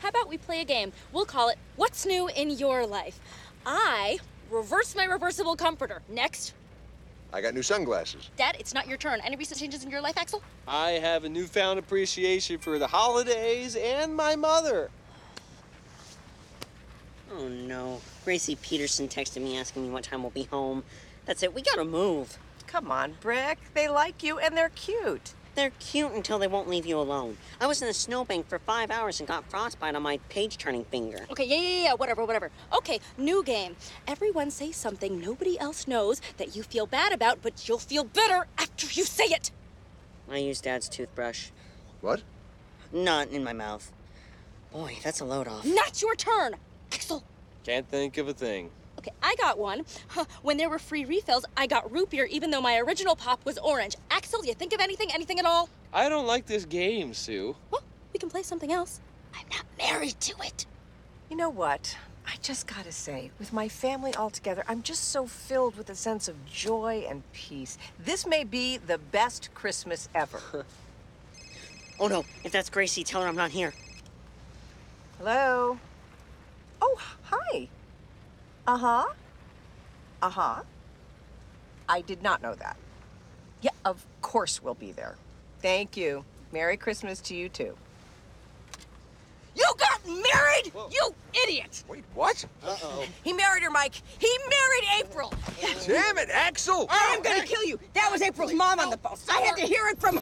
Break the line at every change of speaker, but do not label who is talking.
how about we play a game? We'll call it What's New in Your Life? I reverse my reversible comforter. Next.
I got new sunglasses.
Dad, it's not your turn. Any recent changes in your life, Axel?
I have a newfound appreciation for the holidays and my mother.
Oh no. Gracie Peterson texted me asking me what time we'll be home. That's it, we gotta move.
Come on, Brick. They like you and they're cute.
They're cute until they won't leave you alone. I was in the snowbank for five hours and got frostbite on my page turning finger.
Okay, yeah, yeah, yeah, whatever, whatever. Okay, new game. Everyone say something nobody else knows that you feel bad about, but you'll feel better after you say it.
I used Dad's toothbrush.
What?
Not in my mouth. Boy, that's a load off.
Not your turn, Axel.
Can't think of a thing.
Okay, I got one. Huh, When there were free refills, I got root beer even though my original pop was orange. Axel, you think of anything, anything at all?
I don't like this game, Sue.
Well, we can play something else. I'm not married to it.
You know what? I just gotta say, with my family all together, I'm just so filled with a sense of joy and peace. This may be the best Christmas ever.
Oh no, if that's Gracie, tell her I'm not here.
Hello? Oh, hi. Uh huh. Uh huh. I did not know that. Yeah, of course we'll be there. Thank you. Merry Christmas to you too.
You got married, you idiot!
Wait, what?
He married her, Mike.
He married April.
Damn it, Axel!
I'm gonna kill you. That was April's mom on the phone. I had to hear it from